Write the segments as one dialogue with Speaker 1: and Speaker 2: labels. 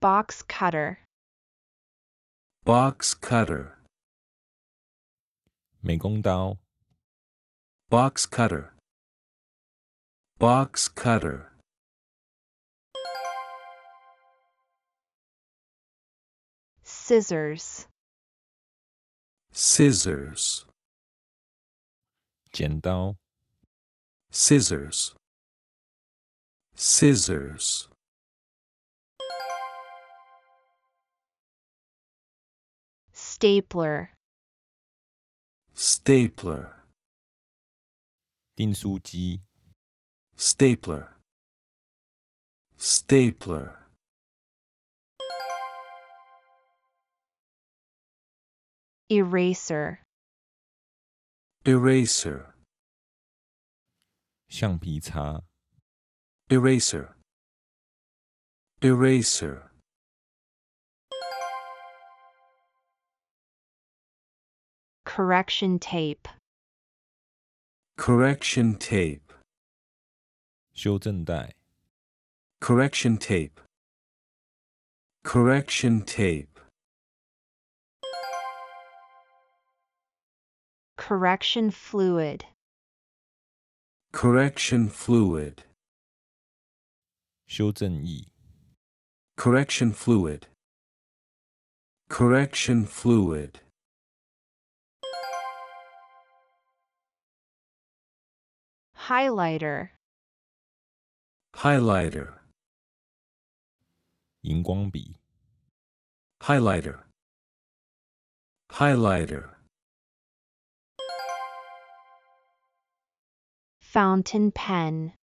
Speaker 1: Box cutter.
Speaker 2: box cutter,
Speaker 3: 美工刀、
Speaker 2: box cutter, box cutter,
Speaker 1: scissors,
Speaker 2: scissors,
Speaker 3: 剪刀、
Speaker 2: scissors, scissors,
Speaker 1: stapler,
Speaker 2: stapler,
Speaker 3: 订书机、
Speaker 2: stapler, stapler,
Speaker 1: eraser,
Speaker 2: eraser,
Speaker 3: 橡皮擦、
Speaker 2: eraser, eraser,
Speaker 1: correction tape,
Speaker 2: correction tape,
Speaker 3: 修正带、
Speaker 2: correction tape, correction tape,
Speaker 1: correction fluid,
Speaker 2: correction fluid,
Speaker 3: 修正液、
Speaker 2: correction fluid, correction fluid,
Speaker 1: highlighter,
Speaker 2: highlighter,
Speaker 3: 荧光笔、
Speaker 2: highlighter, highlighter,
Speaker 1: fountain pen,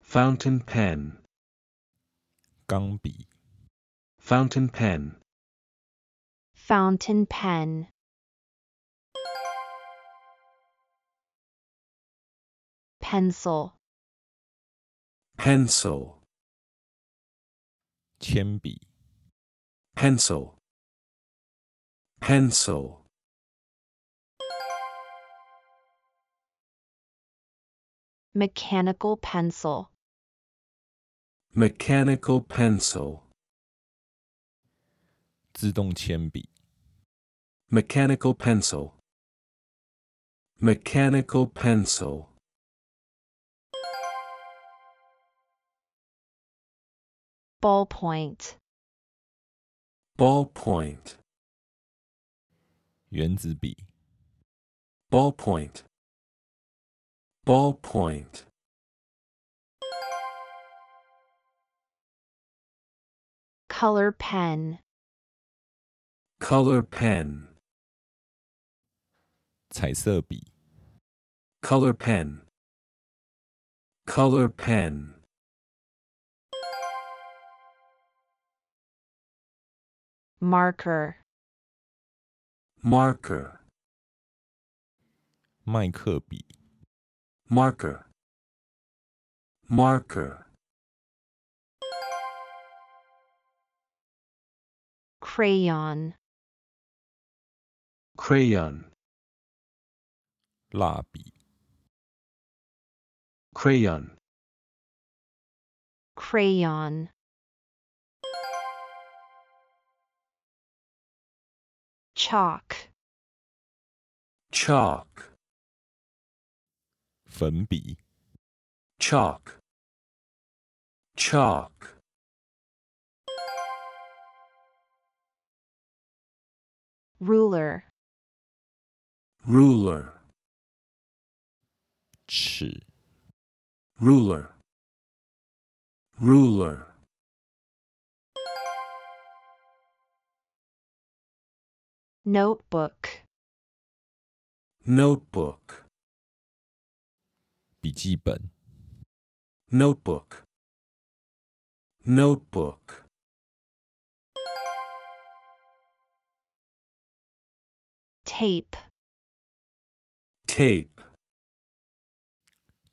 Speaker 2: fountain pen,
Speaker 3: 钢笔、
Speaker 2: fountain pen,
Speaker 1: fountain pen, pencil,
Speaker 2: pencil,
Speaker 3: 铅笔、
Speaker 2: pencil, pencil,
Speaker 1: mechanical pencil,
Speaker 2: mechanical pencil,
Speaker 3: 自动铅笔、
Speaker 2: mechanical pencil, mechanical pencil,
Speaker 1: ballpoint,
Speaker 2: ballpoint,
Speaker 3: 原子笔、
Speaker 2: ballpoint, ballpoint,
Speaker 1: color pen,
Speaker 2: color pen,
Speaker 3: 彩色笔、
Speaker 2: color pen, color pen,
Speaker 1: marker,
Speaker 2: marker,
Speaker 3: 麦克笔、
Speaker 2: marker, marker,
Speaker 1: crayon,
Speaker 2: crayon,
Speaker 3: 蜡笔、
Speaker 2: crayon,
Speaker 1: crayon, chalk,
Speaker 2: chalk,
Speaker 3: 粉笔、
Speaker 2: chalk, chalk,
Speaker 1: ruler,
Speaker 2: ruler,
Speaker 3: 尺、
Speaker 2: ruler, ruler,
Speaker 1: notebook,
Speaker 2: notebook,
Speaker 3: 笔记本、
Speaker 2: notebook, notebook,
Speaker 1: tape,
Speaker 2: tape,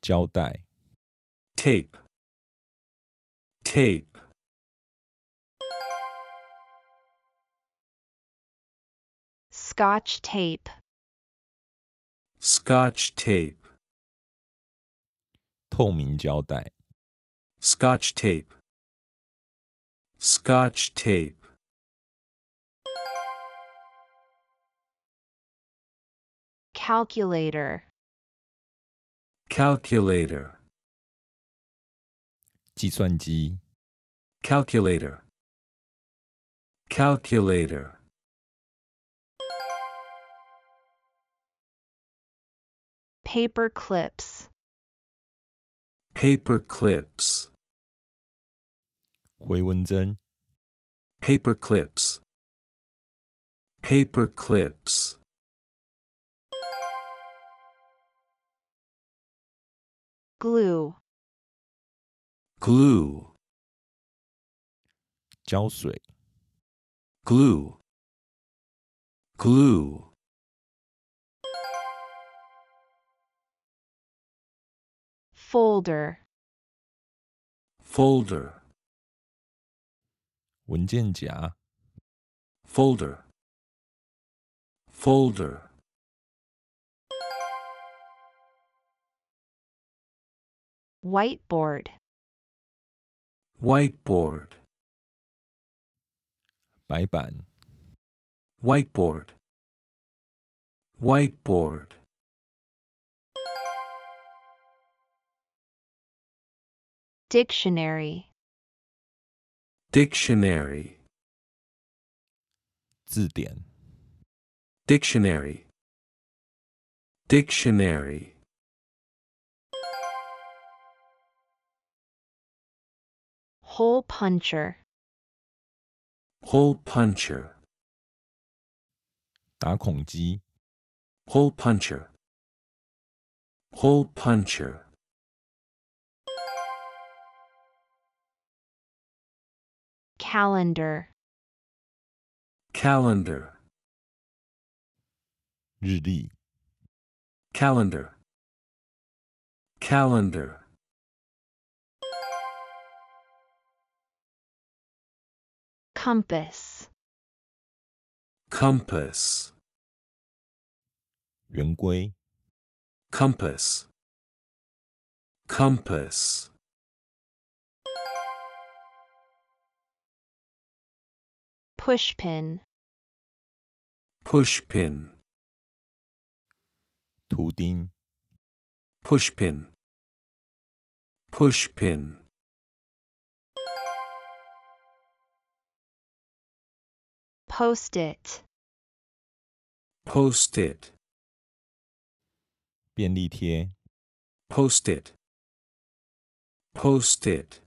Speaker 3: 胶带、
Speaker 2: tape, tape,
Speaker 1: scotch tape,
Speaker 2: scotch tape,
Speaker 3: 透明胶带、
Speaker 2: Scotch tape, Scotch tape.
Speaker 1: 9. Calculator.
Speaker 2: Calculator.
Speaker 3: 计算机、
Speaker 2: Calculator. Calculator.
Speaker 1: 9. Paper clips.
Speaker 2: Paper clips.
Speaker 3: 回纹针、
Speaker 2: Paper clips. Paper clips.
Speaker 1: 9. Glue.
Speaker 2: Glue.
Speaker 3: 胶水、
Speaker 2: Glue. Glue.
Speaker 1: 9. Folder.
Speaker 2: Folder.
Speaker 3: 文件夹、
Speaker 2: Folder. Folder.
Speaker 1: 9. Whiteboard.
Speaker 2: Whiteboard.
Speaker 3: 白板、
Speaker 2: Whiteboard. Whiteboard.
Speaker 1: 9. Dictionary.
Speaker 2: Dictionary.
Speaker 3: 字典、
Speaker 2: Dictionary. Dictionary.
Speaker 1: 9. Hole puncher.
Speaker 2: Hole puncher.
Speaker 3: 打孔机、
Speaker 2: Hole puncher. Hole puncher.
Speaker 1: 9. Calendar.
Speaker 2: Calendar.
Speaker 3: 日历、
Speaker 2: Calendar. Calendar.
Speaker 1: 9. Compass.
Speaker 2: Compass.
Speaker 3: 圆规、
Speaker 2: Compass. Compass.
Speaker 1: 9. Pushpin.
Speaker 2: Pushpin.
Speaker 3: 图钉、
Speaker 2: Pushpin. Pushpin.
Speaker 1: 9. Post it.
Speaker 2: Post it.
Speaker 3: 便利贴、
Speaker 2: Post it. Post it.